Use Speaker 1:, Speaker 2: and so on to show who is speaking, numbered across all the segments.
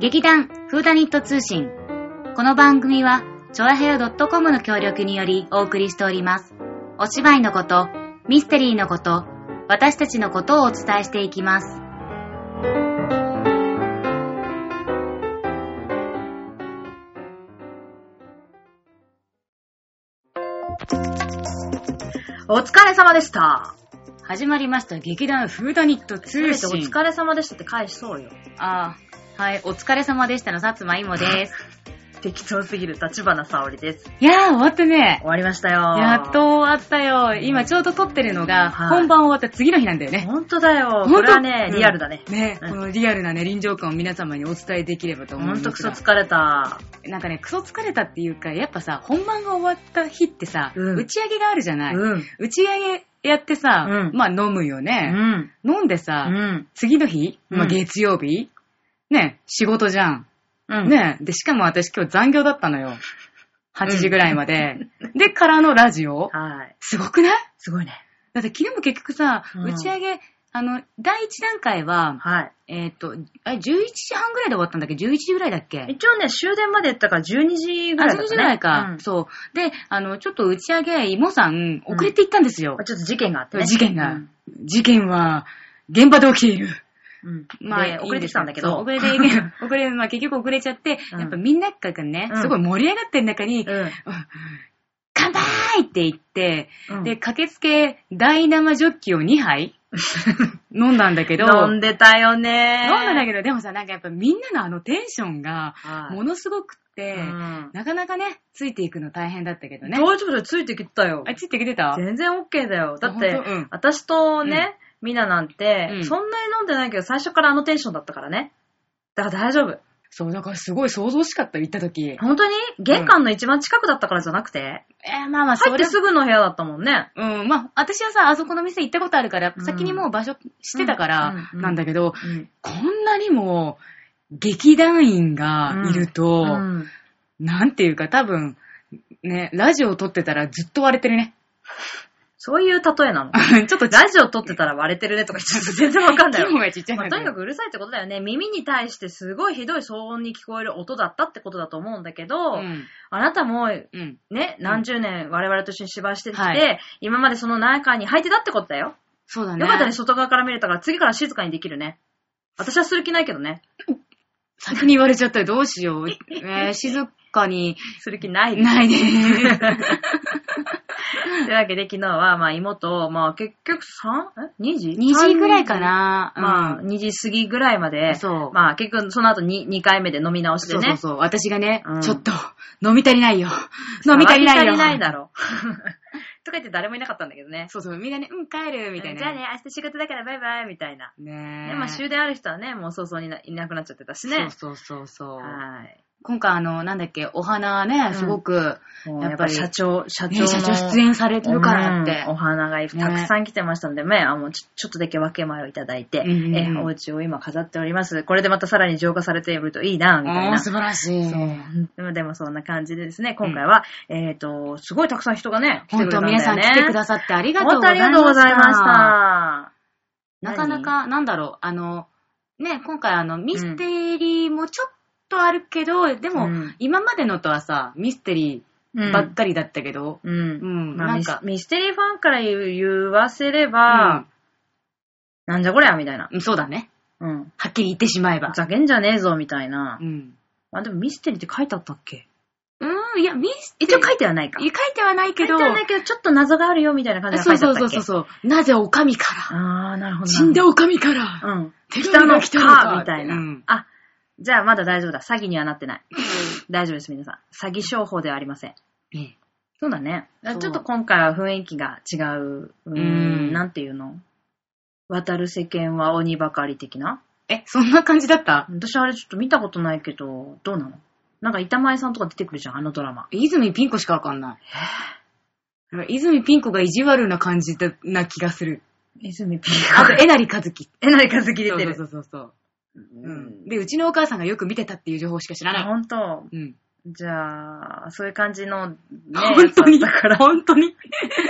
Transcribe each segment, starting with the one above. Speaker 1: 劇団フーダニット通信。この番組は、チョアヘヨ .com の協力によりお送りしております。お芝居のこと、ミステリーのこと、私たちのことをお伝えしていきます。
Speaker 2: お疲れ様でした。
Speaker 1: 始まりました。劇団フーダニット
Speaker 2: お
Speaker 1: 通信。
Speaker 2: 疲れ様でしたって返しそうよ。
Speaker 1: ああ、はい。お疲れ様でしたの、さつまいもです。
Speaker 2: 適当すぎる立花沙織です。
Speaker 1: いやー、終わったね。
Speaker 2: 終わりましたよ。
Speaker 1: やっと。終わったよ。今ちょうど撮ってるのが、
Speaker 2: はい
Speaker 1: 本番終わった次の日なんだよね。
Speaker 2: 本当だ
Speaker 1: 本
Speaker 2: よ。
Speaker 1: 当
Speaker 2: これはね、
Speaker 1: うん
Speaker 2: リアルだね。
Speaker 1: ね、
Speaker 2: うん
Speaker 1: このリアルなね、臨場感を皆様にお伝えできればと思いま
Speaker 2: ほ
Speaker 1: す
Speaker 2: ん
Speaker 1: が。
Speaker 2: とクソ疲れた。
Speaker 1: なんかね、クソ疲れたっていうか、やっぱさ、本番が終わった日ってさ、
Speaker 2: うん
Speaker 1: 打ち上げがあるじゃない、
Speaker 2: うん。
Speaker 1: 打ち上げやってさ、
Speaker 2: うん
Speaker 1: まあ飲むよ
Speaker 2: う
Speaker 1: ね。
Speaker 2: ん。
Speaker 1: 飲んで
Speaker 2: う
Speaker 1: さ、
Speaker 2: ん。
Speaker 1: 次の日、まあ
Speaker 2: うん
Speaker 1: 月曜日、ね、仕事じゃん。
Speaker 2: うん。
Speaker 1: ね、で、しかも私今日残業だったのよ。8時ぐらいまで。で、からのラジオ。
Speaker 2: はい。
Speaker 1: すごくない
Speaker 2: すごいね。
Speaker 1: だって昨日も結局さ、
Speaker 2: うん
Speaker 1: 打ち上げ、あの、第1段階は、
Speaker 2: はい。
Speaker 1: えっ、と、あれ11時半ぐらいで終わったんだっけ ?11 時ぐらいだっけ
Speaker 2: 一応ね、終電まで行ったから12時ぐらい
Speaker 1: あ、
Speaker 2: だったね。
Speaker 1: 12時ぐらいか、
Speaker 2: うん
Speaker 1: そう。で、あの、ちょっと打ち上げ、イモさん、遅れて行ったんですよ。
Speaker 2: ちょっと事件があってね。
Speaker 1: 事件が、
Speaker 2: うん
Speaker 1: 事件は、現場で起きている。
Speaker 2: うん。で遅れてきたんだけ
Speaker 1: そう
Speaker 2: ど。
Speaker 1: 遅れて、 遅れ、まあ結局遅れちゃって、
Speaker 2: うん
Speaker 1: やっぱみんながね、
Speaker 2: うん
Speaker 1: すごい盛り上がってる中に、
Speaker 2: うん。
Speaker 1: 乾杯って言って、
Speaker 2: う ん
Speaker 1: で、駆けつけ、大生ジョッキを2杯 飲んだんだけど、
Speaker 2: 飲んでたよね
Speaker 1: 飲んだんだけど、でもさ、なんかやっぱみんなのあのテンションが、
Speaker 2: はい
Speaker 1: ものすごくって、
Speaker 2: うん
Speaker 1: なかなかね、ついていくの大変だったけどね。
Speaker 2: 大丈夫だよ、ついてきたよ。
Speaker 1: あ、ついてきてた
Speaker 2: 全然 OK だよ。だって、
Speaker 1: 本当うん
Speaker 2: 私とね、ミナなんて、
Speaker 1: うん
Speaker 2: そんなに飲んでないけど、最初からあのテンションだったからね。だから大丈夫。
Speaker 1: そう、だからすごい想像しかった、行った時。え
Speaker 2: 本当に玄関の一番近くだったからじゃなくて、
Speaker 1: ー、まあまあ、そ
Speaker 2: 入って
Speaker 1: れ
Speaker 2: すぐの部屋だったもんね。
Speaker 1: うん、まあ、私はさ、あそこの店行ったことあるから
Speaker 2: う、ん
Speaker 1: 先にもう場所してたから、
Speaker 2: うん
Speaker 1: なんだけど、
Speaker 2: うん。
Speaker 1: こんなにも、劇団員がいると、
Speaker 2: うん
Speaker 1: なんていうか多分、ね、ラジオ撮ってたらずっと割れてるね。
Speaker 2: そういう例えなの。
Speaker 1: ちょっと
Speaker 2: ラジオ撮ってたら割れてるねとか言っちゃって全然わかんない
Speaker 1: 規模
Speaker 2: よ。
Speaker 1: がちっちゃ い
Speaker 2: まあ、
Speaker 1: な
Speaker 2: とにかくうるさいってことだよね。耳に対してすごいひどい騒音に聞こえる音だったってことだと思うんだけど、
Speaker 1: うん。
Speaker 2: あなたも
Speaker 1: うん。
Speaker 2: ね、何十年我々と一緒に芝居してきて、
Speaker 1: はい
Speaker 2: 今までその中に入ってたってことだよ。
Speaker 1: そうだね。
Speaker 2: よかったね、外側から見れたから、次から静かにできるね。私はする気ないけどね。
Speaker 1: 先に言われちゃったらどうしよ う。えー、静かに、
Speaker 2: する気 ないです。
Speaker 1: ないね。
Speaker 2: というわけで、昨日は、まあ、妹を、まあ、結局 3? え ?2 時
Speaker 1: 2時ぐらいか。な。
Speaker 2: 3まあ、
Speaker 1: うん
Speaker 2: 2時過ぎぐらいまで、
Speaker 1: そう
Speaker 2: まあ、結局、その後に 2, 回目で飲み直して
Speaker 1: そうそ
Speaker 2: ね
Speaker 1: う。そう。私がね、
Speaker 2: うん
Speaker 1: ちょっと、飲み足りないよ。飲み足りないよ。
Speaker 2: 騒ぎ足りないだろ。 とか言って誰もいなかったんだけどね。
Speaker 1: そうそう、みんなね、うん、帰る、みたい
Speaker 2: うん
Speaker 1: な。
Speaker 2: じゃあね、明日仕事だからバイバイ、みたいな。
Speaker 1: ねえ。
Speaker 2: ね、まあ、終電ある人はね、もう早々にないなくなっちゃってたしね。
Speaker 1: そうそうそうそう。
Speaker 2: はい。
Speaker 1: 今回あの、なんだっけ、お花ね、すごく、
Speaker 2: もう
Speaker 1: や
Speaker 2: や
Speaker 1: っ
Speaker 2: っ
Speaker 1: ぱ
Speaker 2: ぱ
Speaker 1: り
Speaker 2: り社長、社長
Speaker 1: ね、
Speaker 2: の
Speaker 1: 社長出演されてるからって。
Speaker 2: うんお花がたくさん来てましたので、ね、あもうちょちょっとだけ分け前をいただいて、
Speaker 1: うんうんうん
Speaker 2: えお家を今飾っております。これでまたさらに浄化されているといいな、みたい
Speaker 1: おー
Speaker 2: な。
Speaker 1: 素晴らしい。
Speaker 2: そうでもそんな感じでですね、今回は、えっ、と、すごいたくさん人がね、来て
Speaker 1: 本
Speaker 2: くれた
Speaker 1: 当、
Speaker 2: んだ
Speaker 1: 皆さん
Speaker 2: よね。
Speaker 1: 来てくださってありがとう
Speaker 2: 本
Speaker 1: ござ
Speaker 2: 当
Speaker 1: いました。
Speaker 2: ありがとうございました。
Speaker 1: なかなか、なんだろう、あの、ね、今回あの、ミステリーもちょっとあるけど、でも、
Speaker 2: うん
Speaker 1: 今までのとはさ、ミステリ
Speaker 2: う
Speaker 1: ー
Speaker 2: ん
Speaker 1: ばっかりだったけど、
Speaker 2: うん。
Speaker 1: うん
Speaker 2: まあ
Speaker 1: なん
Speaker 2: ミス
Speaker 1: か
Speaker 2: ミステリーファンから言う言わせれば、なんじゃこりゃ、みたいな。
Speaker 1: うんそうだね。
Speaker 2: うん。
Speaker 1: はっきり言ってしまえば
Speaker 2: ふ。ざけんじゃねえぞ、みたいな
Speaker 1: う。ん。
Speaker 2: あ、でもミステリーって書いてあったっけ
Speaker 1: うん、いや、ミステリ
Speaker 2: 一
Speaker 1: ー
Speaker 2: 応書いてはないか。
Speaker 1: 書いてはないけど、
Speaker 2: 書いてはないけど、ちょっと謎があるよみたいな感じで書
Speaker 1: そう
Speaker 2: いてあ
Speaker 1: そ
Speaker 2: っ
Speaker 1: う
Speaker 2: た
Speaker 1: そ
Speaker 2: っ
Speaker 1: う
Speaker 2: け
Speaker 1: そう。なぜお上から
Speaker 2: ああ、なるほど。
Speaker 1: 死んだお上から
Speaker 2: うん。
Speaker 1: 手
Speaker 2: 来
Speaker 1: 紙
Speaker 2: たの
Speaker 1: が来たのか
Speaker 2: か、みたいな
Speaker 1: うん。
Speaker 2: あ、じゃあまだ大丈夫だ。詐欺にはなってない。大丈夫です、皆さん。詐欺商法ではありません。
Speaker 1: ね
Speaker 2: そうだね。
Speaker 1: そう
Speaker 2: ちょっと今回は雰囲気が違う。うー
Speaker 1: うん
Speaker 2: ん、なんていうの渡る世間は鬼ばかり的な
Speaker 1: え、そんな感じだった
Speaker 2: 私あれちょっと見たことないけど、どうなのなんか板前さんとか出てくるじゃん、あのドラマ。
Speaker 1: 泉ピン子しかわかんない。なんか泉ピン子が意地悪な感じだな気がする。
Speaker 2: 泉ピ
Speaker 1: あと、
Speaker 2: ー。
Speaker 1: えなりかずき。
Speaker 2: え、何か好き出てる。
Speaker 1: そうそうそうそう。
Speaker 2: う
Speaker 1: うんん。で、うちのお母さんがよく見てたっていう情報しか知ら
Speaker 2: あ、
Speaker 1: ない。
Speaker 2: ほんと。
Speaker 1: うん。
Speaker 2: じゃあ、そういう感じの、ね、
Speaker 1: 本当に
Speaker 2: やつだったから。
Speaker 1: 本当に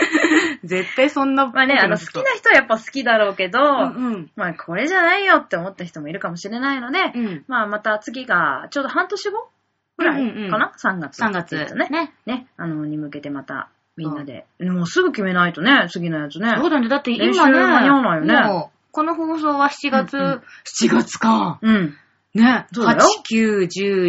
Speaker 1: 絶対そんな。
Speaker 2: まあね、あの、好きな人はやっぱ好きだろうけど、
Speaker 1: うんうん。
Speaker 2: まあ、これじゃないよって思った人もいるかもしれないので、
Speaker 1: うん。
Speaker 2: まあ、また次が、ちょうど半年後ぐら
Speaker 1: うんうんう
Speaker 2: い
Speaker 1: ん
Speaker 2: かな、?3 月。
Speaker 1: 3月
Speaker 2: えっとね。
Speaker 1: ね。
Speaker 2: ね、あの、に向けてまた、みんなで、もうすぐ決めないとね、次のやつね。
Speaker 1: そうだね。だって
Speaker 2: 練習
Speaker 1: 今ね、
Speaker 2: 間に合わないよね
Speaker 1: もう、この放送は7月、
Speaker 2: うんうん
Speaker 1: 7月か。
Speaker 2: うん。
Speaker 1: ね。
Speaker 2: そうだよ
Speaker 1: 8、9、10、11、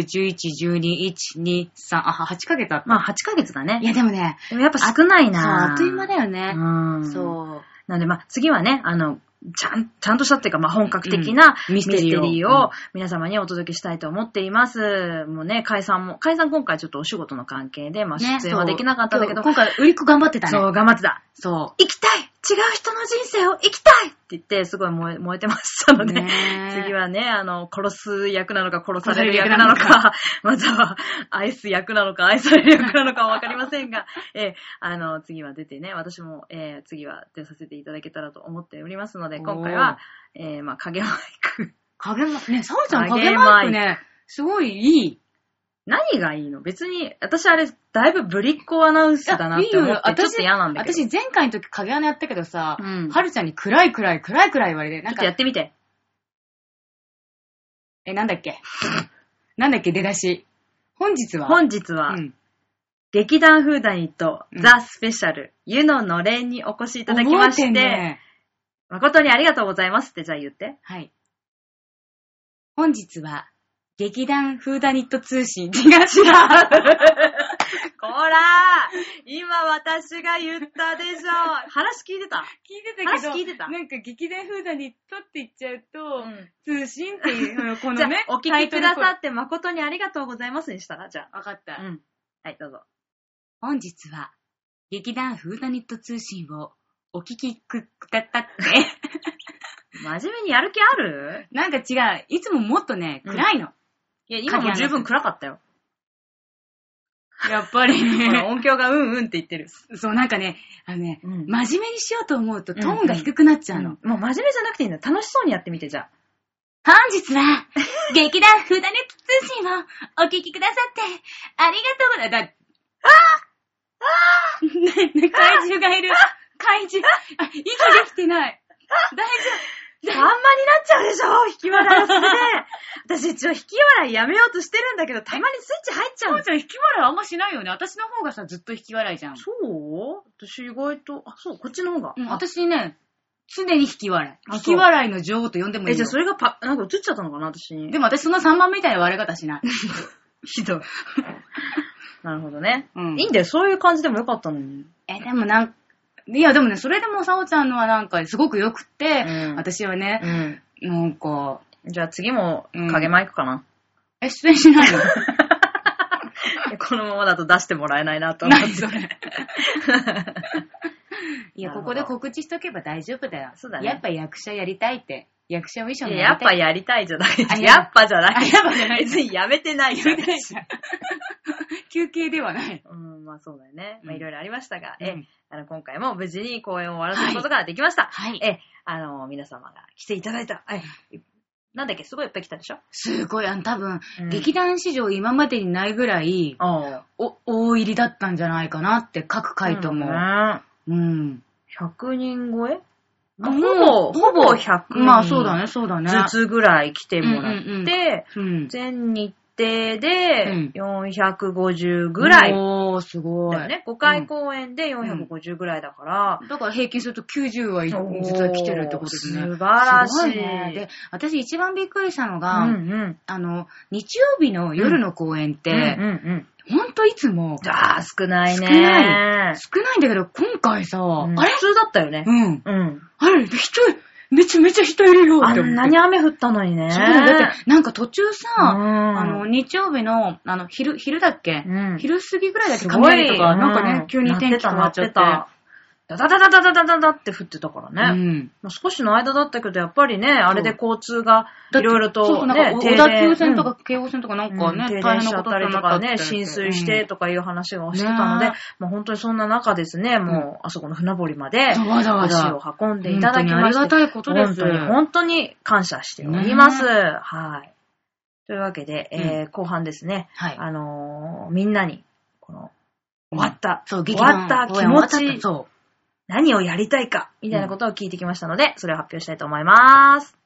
Speaker 1: 12、1、2、3、あ、8ヶ月あった。
Speaker 2: まあ、8ヶ月だね。
Speaker 1: いや、でもね、
Speaker 2: でもやっぱ少ない
Speaker 1: そう
Speaker 2: な
Speaker 1: あっという間だよね。
Speaker 2: うん。
Speaker 1: そう。
Speaker 2: なんで、まあ、次はね、あの、ちゃん、ちゃんとしたっていうか、まあ、本格的な
Speaker 1: うん
Speaker 2: ミ
Speaker 1: ミ
Speaker 2: ス
Speaker 1: ス
Speaker 2: テ
Speaker 1: テ
Speaker 2: リ
Speaker 1: リーを
Speaker 2: ーを皆様にお届けしたいと思っています。もうね、解散も、解散今回ちょっとお仕事の関係で、まあ、
Speaker 1: ね
Speaker 2: 出演はできなかったんだけど、
Speaker 1: そう今回、売り子頑張ってたね。
Speaker 2: そう、頑張ってた。
Speaker 1: そ
Speaker 2: 行きたい違う人の人生を生きたいって言って、すごい燃え燃えてましたの
Speaker 1: う。
Speaker 2: で、
Speaker 1: ね
Speaker 2: 次
Speaker 1: は。
Speaker 2: はね、あの、殺す役なのか殺さ
Speaker 1: 殺さ
Speaker 2: れ
Speaker 1: れ
Speaker 2: る
Speaker 1: る
Speaker 2: 役
Speaker 1: 役
Speaker 2: な
Speaker 1: なの
Speaker 2: のか、 または愛す役なのか愛される役なのかはわかりませんが、 えーあの、次は出てね、私も、えー次は出させていただけたらと思っておりますので、今回は、えーまあ、影マイク。
Speaker 1: 影マイク、ね、サワちゃん
Speaker 2: 影
Speaker 1: 影
Speaker 2: マ
Speaker 1: マ
Speaker 2: イ
Speaker 1: イ
Speaker 2: ク
Speaker 1: クね、すごいいい。
Speaker 2: 何がいいの別に、私あれ、だいぶぶりっ子アナウンスだなって思って、ちょっと嫌なんだけど。
Speaker 1: 私、前回の時影穴やったけどさ、
Speaker 2: うん
Speaker 1: はるちゃんに暗い暗い暗い暗い言われて、なん
Speaker 2: ちょっとや
Speaker 1: か
Speaker 2: っ、てみて。
Speaker 1: え、なんだっけ なんだっけ、出だし。本日は、
Speaker 2: 本日は、
Speaker 1: うん
Speaker 2: 劇団フーダニット、
Speaker 1: うん
Speaker 2: ザ・スペシャル、湯ののれんにお越しいただきまし
Speaker 1: 覚え
Speaker 2: て、
Speaker 1: んね
Speaker 2: 誠にありがとうございますってじゃあ言って。
Speaker 1: はい。本日は、劇団フーダニット通 信。 違う違う。
Speaker 2: こらー今私が言ったでしょ 話聞いてた
Speaker 1: 聞いてたけど、
Speaker 2: 話聞いてた
Speaker 1: なんか劇団フーダニットって言っちゃうと、
Speaker 2: う
Speaker 1: 通信っていう、こ
Speaker 2: ん。じゃ
Speaker 1: の
Speaker 2: あ
Speaker 1: ね、、
Speaker 2: お聞きくださ
Speaker 1: わ
Speaker 2: って誠にありがとうございますにしたらじゃ
Speaker 1: かった
Speaker 2: あ。。ん。はい、どうぞ。
Speaker 1: 本日は、劇団フーダニット通信をお聞きく、だったって。
Speaker 2: 真面目にやる気ある
Speaker 1: なんか違う。いつももっとね、
Speaker 2: うん
Speaker 1: 暗いの。
Speaker 2: いや、今も十分暗かった よ。
Speaker 1: やっぱり
Speaker 2: ほら音響がうんうんって言ってる。
Speaker 1: そう、なんかね、あのね、
Speaker 2: うん
Speaker 1: 真面目にしようと思うとトーンが低くなっちゃうの。
Speaker 2: もう真面目じゃなくていいんだよ。楽しそうにやってみて、じゃあ。
Speaker 3: 本日は、劇団フーダネット通信をお聞きくださって、あり
Speaker 1: ありがとうございます。だ、ああ怪獣がいる。怪獣。あ、息できてない。
Speaker 2: あんまになっちゃうでしょ引き笑いをするね。私一応引き笑いやめようとしてるんだけど、たまにスイッチ入っちゃう
Speaker 1: と
Speaker 2: ん
Speaker 1: もちゃん引き笑いあんましないよね。私の方がさ、ずっと引き笑いじゃん。
Speaker 2: そう私意外と、あ、そう、こっちの方が。
Speaker 1: うん、私ね、常に引き笑い。
Speaker 2: あ
Speaker 1: 引
Speaker 2: そう
Speaker 1: き笑いの女王と呼んでもい
Speaker 2: え、
Speaker 1: い
Speaker 2: じゃ
Speaker 1: よ
Speaker 2: あ。それがパ、なんか映っちゃったのかな、私に。
Speaker 1: でも私その3番みたいな笑い方しない。
Speaker 2: ひどい。なるほどね。
Speaker 1: うん
Speaker 2: いいんだよ、そういう感じでもよかったのに。
Speaker 1: え、でもなん、いやでもね、それでもさおちゃんのはなんかすごく良くって、
Speaker 2: うん
Speaker 1: 私はね、
Speaker 2: ん。
Speaker 1: なんか、
Speaker 2: じゃあ次も
Speaker 1: うん、
Speaker 2: 影マイクか な。
Speaker 1: え、出演しないの
Speaker 2: このままだと出してもらえないなと思っ
Speaker 1: 何
Speaker 2: て。
Speaker 1: それ。いや、ここで告知しとけば大丈夫だよ。
Speaker 2: そうだね
Speaker 1: やっぱ役者やりたいって。役者を衣装
Speaker 2: い
Speaker 1: になり
Speaker 2: ややったぱ
Speaker 1: い。
Speaker 2: やりたいじゃない。
Speaker 1: あ
Speaker 2: やっぱじゃない。
Speaker 1: あやっぱじゃない
Speaker 2: 別にやめてないじゃん。
Speaker 1: 休憩ではない。
Speaker 2: うん、まあそうだよね。まあ
Speaker 1: うん
Speaker 2: いろいろありましたが、
Speaker 1: う
Speaker 2: え
Speaker 1: ん、
Speaker 2: あの、今回も無事に公演を終わらせることができました。
Speaker 1: はい。
Speaker 2: え、あの、皆様が来ていただいた。え、なんだっけ、すごいいっぱい来たでしょ
Speaker 1: すごい、あの、多分、
Speaker 2: うん
Speaker 1: 劇団史上今までにないぐらい、
Speaker 2: ああ。
Speaker 1: お、大入りだったんじゃないかなって、各回とも。
Speaker 2: うん
Speaker 1: うん。
Speaker 2: 100人超え
Speaker 1: あ
Speaker 2: ほぼ、
Speaker 1: もう
Speaker 2: ほぼ100人。
Speaker 1: まあ、そうだね、そうだね。
Speaker 2: ずつぐらい来てもらって、
Speaker 1: うんうんうん。
Speaker 2: 全日程で
Speaker 1: ん
Speaker 2: 450ぐらいだ
Speaker 1: おー、すごい。
Speaker 2: よね。5回公演で450ぐらいだから、
Speaker 1: だから平均すると90は
Speaker 2: おー
Speaker 1: 実は来てるってことですね。
Speaker 2: 素晴らしい
Speaker 1: すごね。で、私一番びっくりしたの
Speaker 2: う
Speaker 1: が、
Speaker 2: んうん。
Speaker 1: あの、日曜日の夜の公演って、
Speaker 2: うんうんうん。
Speaker 1: ほんといつも
Speaker 2: じゃあ、少ないね。
Speaker 1: 少な少ないんだけど、今回さ、
Speaker 2: うん
Speaker 1: あれ
Speaker 2: 普通だったよね。
Speaker 1: うん。
Speaker 2: うん。
Speaker 1: あれ、人、めちゃめちゃ人いるよ
Speaker 2: あ
Speaker 1: って思って。
Speaker 2: んなに雨降ったのにね。
Speaker 1: そうだって、なんか途中さ、あ
Speaker 2: あ
Speaker 1: の、日曜日の、あの、昼、昼だっけ、
Speaker 2: うん。
Speaker 1: 昼過ぎぐらいだっけ
Speaker 2: すごい
Speaker 1: 雷とか、なんかね、
Speaker 2: う
Speaker 1: 急に天気変わっちゃって。
Speaker 2: なてたダダダダダダダダって降ってたからね。
Speaker 1: うん。
Speaker 2: まあ少しの間だったけど、やっぱりね、あれで交通が
Speaker 1: だって
Speaker 2: いろいろ
Speaker 1: そうそ
Speaker 2: と、
Speaker 1: う、なんか
Speaker 2: ね、、
Speaker 1: 小田急線とか京王線とかなんかね、
Speaker 2: 停
Speaker 1: 大変
Speaker 2: 電しち
Speaker 1: なこ
Speaker 2: ゃっ
Speaker 1: と
Speaker 2: た
Speaker 1: に
Speaker 2: り
Speaker 1: な
Speaker 2: と
Speaker 1: った
Speaker 2: か
Speaker 1: って
Speaker 2: ね、浸水して、とかいう話がしてたので、
Speaker 1: ね
Speaker 2: まあ本当にそんな中ですね、もう、あそこの船堀まで
Speaker 1: うん、わざわ
Speaker 2: 足
Speaker 1: ざ
Speaker 2: を。運んでいただきまして、
Speaker 1: 本当にありがたいことです
Speaker 2: 本当に、本当に感謝しております。はい。というわけで、えー後半ですね、
Speaker 1: はい。
Speaker 2: あのの、みんなに、この、終わった、
Speaker 1: そう、
Speaker 2: 終
Speaker 1: 劇
Speaker 2: わ
Speaker 1: 団
Speaker 2: った
Speaker 1: 公
Speaker 2: 気
Speaker 1: 演終わ
Speaker 2: 持
Speaker 1: った
Speaker 2: ち、
Speaker 1: そ
Speaker 2: 何をやりたいか、みたいなことを聞いてきましたので、それを発表したいと思います。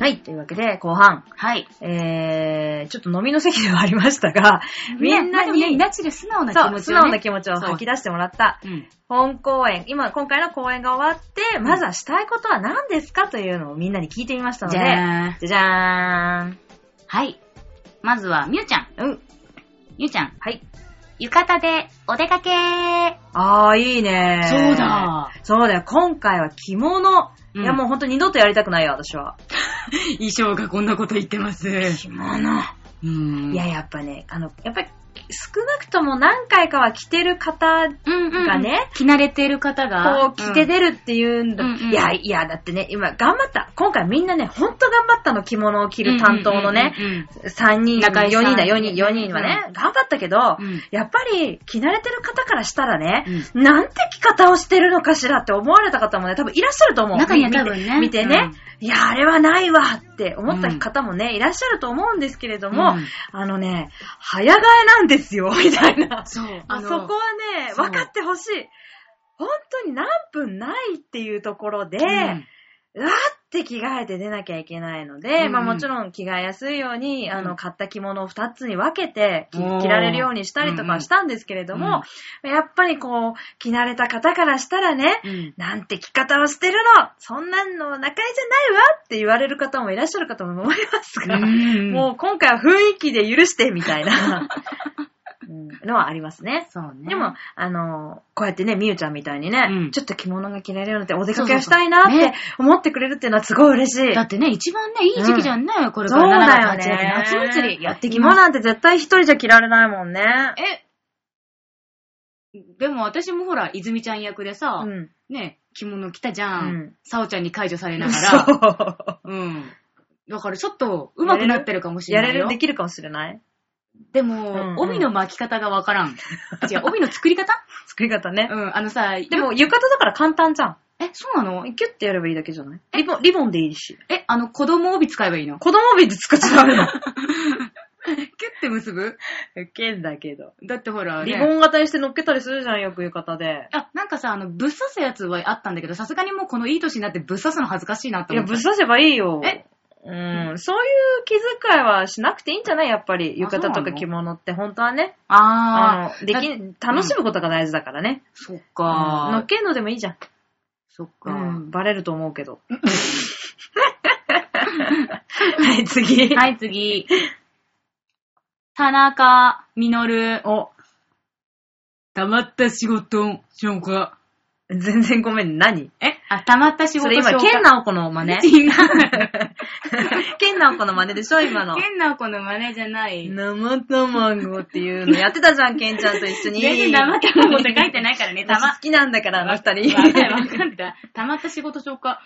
Speaker 2: はい、というわけで、後半
Speaker 1: う。、はい。
Speaker 2: えー、ちょっと飲みの席ではありましたが、みんなに、
Speaker 1: ね、なちで素直な気
Speaker 2: そ
Speaker 1: 持
Speaker 2: う、
Speaker 1: ち
Speaker 2: 素
Speaker 1: をね
Speaker 2: 直な気持ちを吐き出してもらった、
Speaker 1: うん。
Speaker 2: 本公演、今、今回の公演が終わって、まずはしたいことは何ですかというのをみんなに聞いてみましたの
Speaker 1: じ
Speaker 2: で、
Speaker 1: ゃあ、
Speaker 2: じゃじゃーん。
Speaker 1: はい。まずは、みゆちゃん。
Speaker 2: うん。
Speaker 1: みゆちゃん、
Speaker 2: はい。
Speaker 3: 浴衣でお出かけ
Speaker 2: あー、いいねー
Speaker 1: そう。だ。
Speaker 2: そうだよ、今回は着物。
Speaker 1: うん
Speaker 2: いや、もうほんと二度とやりたくないよ、私は。
Speaker 1: 衣装がこんなこと言ってます。
Speaker 2: 着物。
Speaker 1: うん
Speaker 2: いや、やっぱね、あの、やっぱり、少なくとも何回かは着てる方
Speaker 1: うんうん。
Speaker 2: がね、
Speaker 1: 着慣れてる方が。
Speaker 2: こう着て出るっていうんだ。
Speaker 1: うんうん
Speaker 2: いや、いや、だってね、今頑張った。今回みんなね、ほんと頑張ったの、着物を着る担当のね。
Speaker 1: うんうんうんうん。
Speaker 2: 3人、
Speaker 1: 中
Speaker 2: 4
Speaker 1: 井さん
Speaker 2: 人だ、4人、4人はね、頑張ったけど、
Speaker 1: うん
Speaker 2: やっぱり着慣れてる方からしたらね、なんて着方をしてるのかしらって思われた方もね、多分いらっしゃると思う。
Speaker 1: 中には
Speaker 2: 見て
Speaker 1: 多分ね
Speaker 2: 見てね、いや、あれはないわって思った方もね、いらっしゃると思うんですけれども、
Speaker 1: うん
Speaker 2: あのね、早替えなんですよ、みたいな。
Speaker 1: そう。
Speaker 2: あ
Speaker 1: あ
Speaker 2: そ
Speaker 1: の
Speaker 2: こはね、
Speaker 1: そう
Speaker 2: 分かってほしい。本当に何分ないっていうところで、
Speaker 1: うん
Speaker 2: うわーって着替えて出なきゃいけないので、
Speaker 1: うん
Speaker 2: まあもちろん着替えやすいように、あ
Speaker 1: うん
Speaker 2: の、買った着物を2つに分けて着
Speaker 1: おー
Speaker 2: 着られるようにしたりとかはしたんですけれども、やっぱりこう、着慣れた方からしたらね、
Speaker 1: うん。
Speaker 2: なんて着方をしてるのそんなの中井じゃないわって言われる方もいらっしゃるかと思いますが、
Speaker 1: うん
Speaker 2: もう今回は雰囲気で許してみたいな、 うんのはありますね。
Speaker 1: そうね。
Speaker 2: でも、あの、こうやってね、みゆちゃんみたいにね、
Speaker 1: うん
Speaker 2: ちょっと着物が着られるようになって、お出
Speaker 1: そ
Speaker 2: か
Speaker 1: うそ
Speaker 2: け
Speaker 1: うそう
Speaker 2: をしたいなっ
Speaker 1: ね
Speaker 2: て思ってくれるっていうのはすごい嬉しい。
Speaker 1: だってね、一番ね、いい時期じゃんね、これ
Speaker 2: そ
Speaker 1: か
Speaker 2: う
Speaker 1: ら
Speaker 2: だよ
Speaker 1: 7月8
Speaker 2: ね。
Speaker 1: 月夏祭りやってき
Speaker 2: 着物
Speaker 1: ます。
Speaker 2: なんて絶対一人じゃ着られないもんね。
Speaker 1: え、でも私もほら、泉ちゃん役でさ、
Speaker 2: うん。
Speaker 1: ね、着物着たじゃ
Speaker 2: うんん。
Speaker 1: さ、お、ちゃんに解除されながら。
Speaker 2: そう。
Speaker 1: うん。だからちょっと、上手くなってるかもしれ
Speaker 2: や
Speaker 1: な
Speaker 2: れ
Speaker 1: いよ。
Speaker 2: る、できるかもしれない
Speaker 1: で
Speaker 2: うん
Speaker 1: も、
Speaker 2: うん
Speaker 1: 帯の巻き方がわ からん。違う、帯の作り方
Speaker 2: 作り方ね。
Speaker 1: うん、あのさ、
Speaker 2: でも、浴衣だから簡単じゃん。
Speaker 1: え、そうなの
Speaker 2: キュッてやればいいだけじゃないリボン、リボンでいいし。
Speaker 1: え、あの、子供帯使えばいいの
Speaker 2: 子供帯で使っちゃ ダメな
Speaker 1: キュッて結ぶ
Speaker 2: の。ウケんだけど。
Speaker 1: だってほら、ね、
Speaker 2: リボン型にして乗っけたりするじゃん、よく浴衣で。
Speaker 1: あ、なんかさ、あの、ぶっ刺すやつはあったんだけど、さすがにもうこのいい年になってぶっ刺すの恥ずかしいなって
Speaker 2: い
Speaker 1: 思
Speaker 2: や、
Speaker 1: っ
Speaker 2: ぶ
Speaker 1: た。
Speaker 2: っ刺せばいいよ。
Speaker 1: え
Speaker 2: うん、そういう気遣いはしなくていいんじゃないやっぱり。浴衣と
Speaker 1: そうな
Speaker 2: か
Speaker 1: の
Speaker 2: 着物って本当はね。
Speaker 1: あ
Speaker 2: あの、で
Speaker 1: だ
Speaker 2: き、楽しむことが大事だからね。
Speaker 1: ー、そっ
Speaker 2: 乗っ
Speaker 1: か
Speaker 2: けるのでもいいじゃん。
Speaker 1: そっか、
Speaker 2: うん、バレると思う けど。はい、次。
Speaker 1: はい、次。田中みのる。
Speaker 2: お、
Speaker 1: たまった仕事消化。
Speaker 2: 全然ごめん、何え
Speaker 1: あ、たまった仕事
Speaker 2: それ
Speaker 1: 消化。
Speaker 2: 今、ケンナオコの真似。
Speaker 1: 違う。
Speaker 2: ケンナオコの真似でしょ、今の。
Speaker 1: ケンナオコの真似じゃない。
Speaker 2: 生卵っていうのやってたじゃん、ケンちゃんと一緒に。
Speaker 1: 全然生卵って書いてないからね、たま
Speaker 2: 私好。きなんだから、あの二人。
Speaker 1: わかるわかった。たまった仕事消化。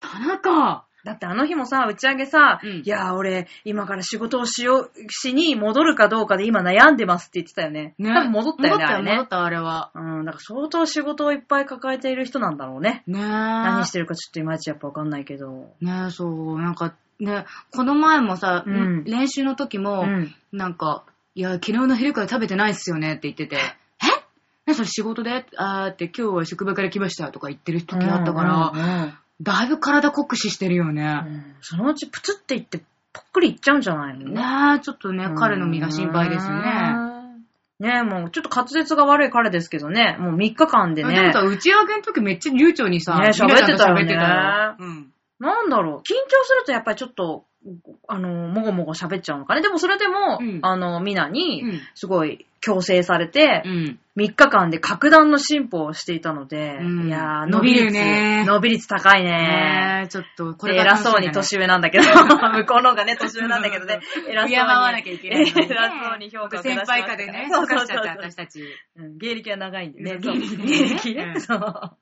Speaker 1: 田中
Speaker 2: だってあの日もさ、打ち上げさ、
Speaker 1: うん
Speaker 2: いやー俺、今から仕事をしよう、しに戻るかどうかで今悩んでますって言ってたよね。多分戻ったよね、あれ
Speaker 1: 戻っ
Speaker 2: ね。
Speaker 1: たよ、戻った、あれは。
Speaker 2: うん、だから相当仕事をいっぱい抱えている人なんだろうね。
Speaker 1: ねえ。
Speaker 2: 何しててるかちょっといまいちやっぱわかんないけど。
Speaker 1: ねえ、そう、なんか、ね、この前もさ、
Speaker 2: うん
Speaker 1: 練習の時
Speaker 2: う
Speaker 1: も、
Speaker 2: ん。
Speaker 1: なんか、いや、昨日の昼から食べてないっすよねって言ってて、えね、それ仕事であーって、今日は職場から来ましたとか言ってる時あったから、だいぶ体酷使してるよね
Speaker 2: うん、。うんそのうちプツっていって、ぽっくりいっちゃうんじゃないの
Speaker 1: ねえ、ちょっとね
Speaker 2: うん、
Speaker 1: 彼の身が心配ですね。
Speaker 2: ねえ、もうちょっと滑舌が悪い彼ですけどね、もう3日間で
Speaker 1: でも
Speaker 2: ね
Speaker 1: さ、、打ち上げの時めっちゃ流暢にさ、
Speaker 2: ね喋
Speaker 1: みんな
Speaker 2: ってたよね
Speaker 1: ちゃんと喋ってたようん。
Speaker 2: なんだろう、緊張するとやっぱりちょっと、あの、もごもご喋っちゃうのかね。でもそれでも、
Speaker 1: うん
Speaker 2: あの、ミナに、
Speaker 1: う
Speaker 2: すごい強制されて、
Speaker 1: ん。
Speaker 2: 3日間で格段の進歩をしていたので、
Speaker 1: うん
Speaker 2: いやー
Speaker 1: 伸びるね
Speaker 2: 伸び率高いね。
Speaker 1: ねえ、ちょっと、こ
Speaker 2: これ
Speaker 1: れが
Speaker 2: 偉
Speaker 1: 楽しみ
Speaker 2: そう
Speaker 1: だね
Speaker 2: に年上なんだけど、 向こうの方がね、年上なんだけどね、偉そうに。
Speaker 1: 敬わなきゃいけないのにね
Speaker 2: 偉そうに評価を下し
Speaker 1: 先
Speaker 2: ました
Speaker 1: 輩下でね、
Speaker 2: そう
Speaker 1: 評
Speaker 2: そ
Speaker 1: 価
Speaker 2: うそう
Speaker 1: しちゃって、
Speaker 2: そう
Speaker 1: 私。たち。
Speaker 2: うん芸歴は長いんでね。
Speaker 1: ね
Speaker 2: そう
Speaker 1: 芸歴ね
Speaker 2: 芸歴ね
Speaker 1: うん
Speaker 2: そう。は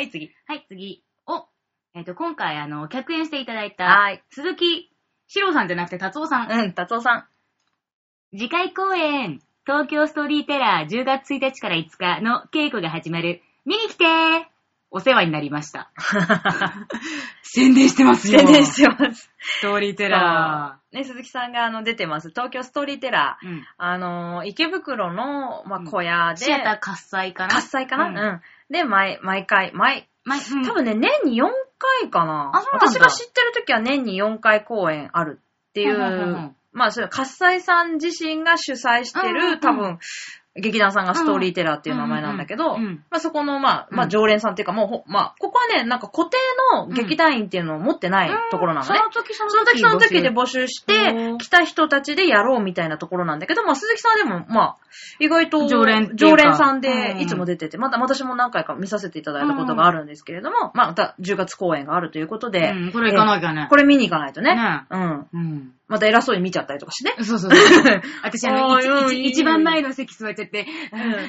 Speaker 2: い、次。
Speaker 3: はい、次。お、えっ、と、今回、あの、客演していただいた、
Speaker 2: はい。
Speaker 3: 鈴木、
Speaker 1: シロさんじゃなくて、達夫さん。
Speaker 2: うん、達夫さん。
Speaker 3: 次回公演、東京ストーリーテラー10月1日から5日の稽古が始まる、見に来てーお世話になりました。
Speaker 1: 宣伝してますよ。
Speaker 2: 宣伝してます。
Speaker 1: ストーリーテラ
Speaker 2: ね、鈴木さんがあの出てます。東京ストーリーテラー。
Speaker 1: ー。うん。
Speaker 2: あのー池袋の、まあ、
Speaker 1: うん
Speaker 2: 小屋で、
Speaker 3: シアター喝采かな
Speaker 2: 喝采かな、
Speaker 3: う
Speaker 2: うんん、で、毎、毎回、毎、
Speaker 3: 前、うん
Speaker 2: 多分ね、年に4回かな。
Speaker 3: あそうなんだ
Speaker 2: 私が知ってる時は年に4回公演あるってい
Speaker 3: うんうんうんう、
Speaker 2: うんまあ、それは、喝采さん自身が主催して
Speaker 3: うんうんう
Speaker 2: る、
Speaker 3: ん
Speaker 2: 多分、劇団さんがストーリーテラーっていう名前なんだけ
Speaker 3: うん
Speaker 2: ど、
Speaker 3: うんうんうん
Speaker 2: まあ、そこの、まあ、
Speaker 3: う
Speaker 2: まあ、
Speaker 3: ん
Speaker 2: 常連さんっていうか、もうほ、まあ、ここはね、なんか固定の劇団員っていうのを持ってないところなのね。
Speaker 3: その時そ
Speaker 2: その時その時で
Speaker 3: 募集
Speaker 2: 募集し
Speaker 3: う
Speaker 2: て
Speaker 3: ん、
Speaker 2: 来た人たちでやろうみたいなところなんだけど、まあ鈴木さんでも、まあ、意外と
Speaker 1: 常連っていうか
Speaker 2: 常連さん
Speaker 1: うん
Speaker 2: でいつも出てて、また私も何回か見させていただいたことがあるんですけれども、まあまた10月公演があるということで、
Speaker 1: うん、これ行かなきゃね。
Speaker 2: これ見に行かないとね。
Speaker 1: ね
Speaker 2: うん。
Speaker 1: うん。
Speaker 2: また偉そうに見ちゃったりとかし てね。
Speaker 1: そうそうそう。私、あ
Speaker 2: おー
Speaker 1: の、一
Speaker 2: いいいい
Speaker 1: 一一番前の席座っちゃって、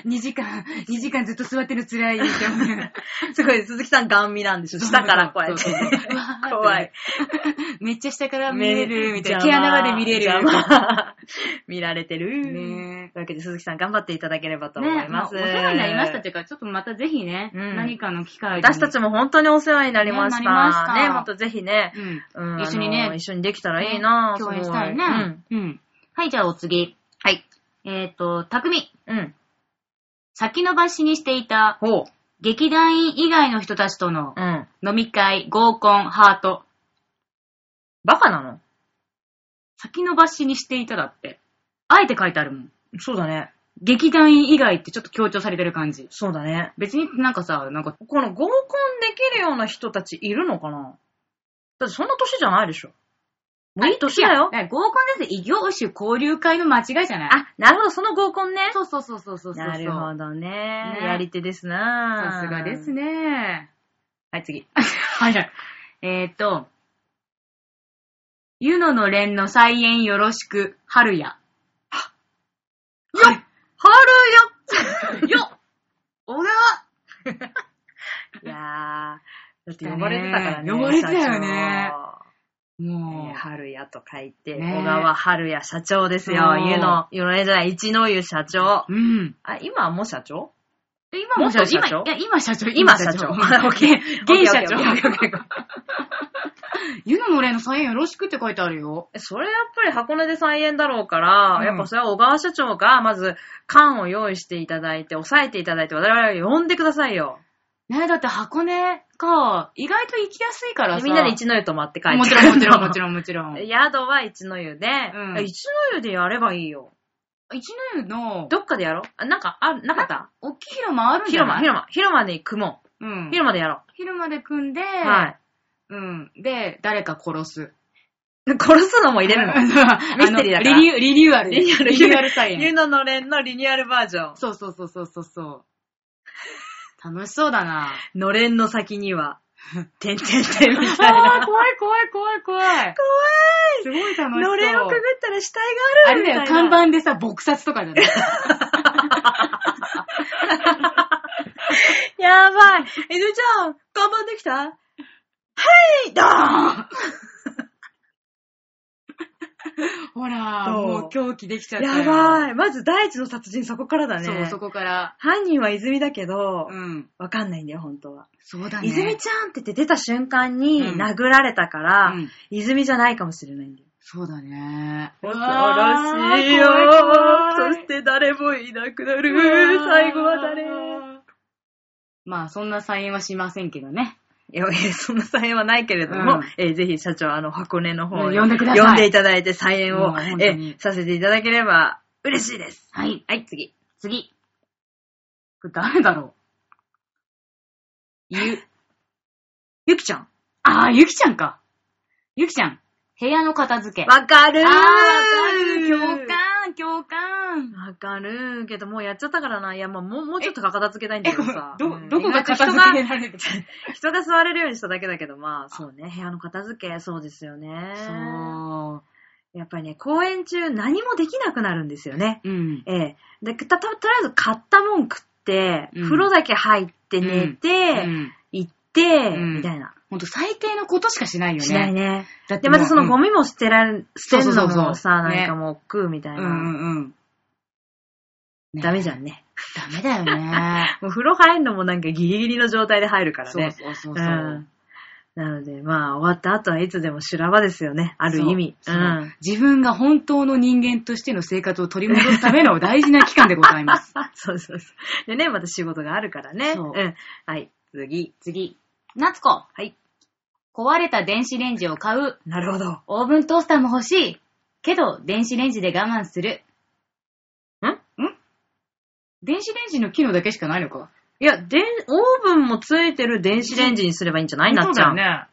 Speaker 2: う
Speaker 1: 2時間、2時間ずっと座ってるの辛いって思いなが ら
Speaker 2: すごい鈴木さんガン見なんですよ。下からこうやって
Speaker 1: そ。うそうそううわーって
Speaker 2: 怖い。
Speaker 1: めっちゃ下から見れる、みたいな。毛
Speaker 2: 邪魔
Speaker 1: 穴まで見れる。
Speaker 2: 邪魔 見られてる。
Speaker 1: ねえ
Speaker 2: というわけで鈴木さん頑張っていただければと思
Speaker 3: ね
Speaker 2: い、
Speaker 3: まあ
Speaker 2: ま
Speaker 3: お
Speaker 2: す。
Speaker 3: 世話になりましたっていうか、ちょっとまたぜひね、
Speaker 2: うん
Speaker 3: 何かの機会で
Speaker 2: 私たちも本当にお世話になりました。
Speaker 3: ね
Speaker 2: ね、
Speaker 3: なりました
Speaker 2: ほんとぜひね、
Speaker 1: うん。
Speaker 2: うん
Speaker 3: 一緒にね
Speaker 2: あの一緒にできたらいいな、
Speaker 3: 共
Speaker 2: す
Speaker 3: 演
Speaker 2: ご
Speaker 3: したいね。うん。はい、じゃあお次。
Speaker 2: はい。
Speaker 3: えっ、と、匠。
Speaker 2: うん。うん。
Speaker 3: 先延ばしにしていた
Speaker 2: ほう。
Speaker 3: 劇団員以外の人たちとの
Speaker 2: うん。
Speaker 3: 飲み会、合コン、ハート。
Speaker 2: バカなの
Speaker 3: 先延ばしにしていただって。あえて書いてあるもん。
Speaker 2: そうだね。
Speaker 3: 劇団員以外ってちょっと強調されてる感じ。
Speaker 2: そうだね。
Speaker 3: 別になんかさ、なんか、
Speaker 2: この合コンできるような人たちいるのかなだってそんな年じゃないでしょ。もういい年だよ
Speaker 3: い。や合コンです異業種交流会の間違いじゃない
Speaker 2: あ、なるほど、その合コンね。
Speaker 3: そうそうそうそうそうそう。
Speaker 2: なるほどね
Speaker 3: ね
Speaker 2: やり手ですな
Speaker 3: さすがです。ね。
Speaker 2: はい、次。
Speaker 3: はいはい。えっ、ー、と、湯野の連の再演よろしく、春や。
Speaker 2: 春よよ
Speaker 3: 小川
Speaker 2: いやー、だって呼ばれてたからね。
Speaker 1: 来たね呼ばれてたよね
Speaker 2: 社長。
Speaker 1: も
Speaker 2: えー春也と書いて、
Speaker 1: ねえ
Speaker 2: 小川春也社長ですよ。
Speaker 1: そう
Speaker 2: 湯の、湯の江じゃない、一の湯社長。
Speaker 1: う。うん。
Speaker 2: あ、今はもう社長
Speaker 3: え今も社
Speaker 2: 元
Speaker 3: 長、今、
Speaker 2: 社
Speaker 3: い
Speaker 2: 長
Speaker 3: や、今社長、
Speaker 2: 今社長。 オッケー。
Speaker 3: 現社長
Speaker 2: オッケーオッケーオッケーオッケー
Speaker 1: ゆののれの再演よろしくって書いてあるよ。
Speaker 2: それやっぱり箱根で再演だろうから、
Speaker 1: うん
Speaker 2: やっぱそれは小川社長がまず缶を用意していただいて、押さえていただいて、我々を呼んでくださいよ。
Speaker 1: ねだって箱根か、意外と行きやすいから
Speaker 2: で
Speaker 1: さ。
Speaker 2: みんなで一の湯泊まって帰って
Speaker 1: もちろん、もちろん、もち
Speaker 2: ん。
Speaker 1: ろん、もちろん。
Speaker 2: 宿は一の湯で、
Speaker 1: ん
Speaker 2: 一の湯でやればいいよ。
Speaker 1: 一の湯の、
Speaker 2: どっかでやろうあなんか、あ、なかった
Speaker 1: 大きい広間あるんじゃ
Speaker 2: 広
Speaker 1: な
Speaker 2: 間、
Speaker 1: い
Speaker 2: 広間、広間で行くも。
Speaker 1: 間うんん。
Speaker 2: 広間でやろ
Speaker 1: 昼まで組んで、
Speaker 2: う。はい。
Speaker 1: うん。で、誰か殺す。
Speaker 2: 殺すのも入れる の。
Speaker 1: ミ
Speaker 2: ステリーだから
Speaker 1: リニューリニューアル。
Speaker 2: リニューアル
Speaker 1: リニューアル再
Speaker 2: ゆ
Speaker 1: 演。
Speaker 2: ののれんのリニューアルバージョン。
Speaker 1: そうそうそうそうそうそう。楽しそうだな。
Speaker 2: のれんの先に は、てんてんてんみ
Speaker 1: あ
Speaker 2: たいな。
Speaker 1: 怖い怖い怖い怖い。怖い。すごい楽しそう。
Speaker 2: のれんをくぐったら死体が
Speaker 1: あ
Speaker 2: ある
Speaker 1: れ
Speaker 2: みたい
Speaker 1: だ
Speaker 2: な。
Speaker 1: よ、看。板でさ、撲殺とかじゃない
Speaker 2: やばい。えずちゃん、看板できたはいドーン
Speaker 1: ほら、
Speaker 2: そう
Speaker 1: もう狂気できちゃった
Speaker 2: やばい。まず第一の殺人そこからだね。
Speaker 1: そう、そこから。
Speaker 2: 犯人は泉だけど、
Speaker 1: うん。
Speaker 2: わかんないんだよ、本当は。
Speaker 1: そうだね。
Speaker 2: 泉ちゃんって言って出た瞬間に
Speaker 1: うん
Speaker 2: 殴られたから、
Speaker 1: うん
Speaker 2: 泉じゃないかもしれないんだよ。
Speaker 1: そうだね。
Speaker 2: 恐
Speaker 1: わ
Speaker 2: ろ
Speaker 1: ー
Speaker 2: しいよ
Speaker 1: 怖い怖い
Speaker 2: そして誰もいなくなる
Speaker 1: うわー
Speaker 2: 最後は誰
Speaker 1: まあ、そんな再演はしませんけどね。
Speaker 2: いや、いやそんな再演はないけれども、
Speaker 1: うん
Speaker 2: えーぜひ社長、あの、箱根の方に
Speaker 1: 呼んでください
Speaker 2: 呼んでいただいて再演
Speaker 1: もう
Speaker 2: を、
Speaker 1: 本当
Speaker 2: え
Speaker 1: に
Speaker 2: ーさせていただければ嬉しいです。
Speaker 3: はい、
Speaker 2: はい、次。
Speaker 3: 次。
Speaker 1: これ誰だろうゆ、
Speaker 2: ゆきちゃん。
Speaker 1: あー、ゆきちゃんか。
Speaker 3: ゆきちゃん、部屋の片付け。
Speaker 2: わかるー
Speaker 1: あー、わかる。共感、共感。
Speaker 2: わかるーけど、もうやっちゃったからな。いや、まあ、もう、もうちょっと片付けたいんだけどさ。うん人が
Speaker 1: られてる
Speaker 2: 人が座れるようにしただけだけど、まあ、そうね。部屋の片付け、そうですよね。
Speaker 1: そう。
Speaker 2: やっぱりね、公演中何もできなくなるんですよね。
Speaker 1: うん。
Speaker 2: ええ。で、た、ととりあえず買ったもん食って、
Speaker 1: うん
Speaker 2: 風呂だけ入って寝て、
Speaker 1: うん
Speaker 2: 行って、
Speaker 1: うん
Speaker 2: みたいな。
Speaker 1: ほんと最低のことしかしないよね。
Speaker 2: しないね。
Speaker 1: だって
Speaker 2: で、
Speaker 1: もう
Speaker 2: またそのゴミも捨てられ、捨てる
Speaker 1: そうそ
Speaker 2: の
Speaker 1: うそ
Speaker 2: も
Speaker 1: うそう
Speaker 2: さ、
Speaker 1: ね
Speaker 2: なんかもう食うみたい
Speaker 1: うんう
Speaker 2: な。
Speaker 1: んうん。ね
Speaker 2: ダメじゃんね。
Speaker 1: ダメだ よね。
Speaker 2: もう風呂入るのもなんかギリギリの状態で入るから
Speaker 1: そう
Speaker 2: ね。
Speaker 1: そうそううそう。
Speaker 2: ん。なので、まあ、終わった後はいつでも修羅場ですよね。ある意味。
Speaker 1: そう
Speaker 2: う。
Speaker 1: そうん自分が本当の人間としての生活を取り戻すための大事な期間でござい ます。
Speaker 2: そうそうそう。でね、また仕事があるからね。。
Speaker 1: そうん
Speaker 2: はい、次。
Speaker 3: 次。夏子。
Speaker 2: はい。
Speaker 3: 壊れた電子レンジを買う。
Speaker 2: なるほど。
Speaker 3: オーブントースターも欲しい。けど、電子レンジで我慢する。
Speaker 1: 電子レンジの機能だけしかないのか。
Speaker 2: いや、でん、オーブンもついてる電子レンジにすればいいんじゃないなっちゃ
Speaker 1: よ
Speaker 2: ん。
Speaker 1: ね。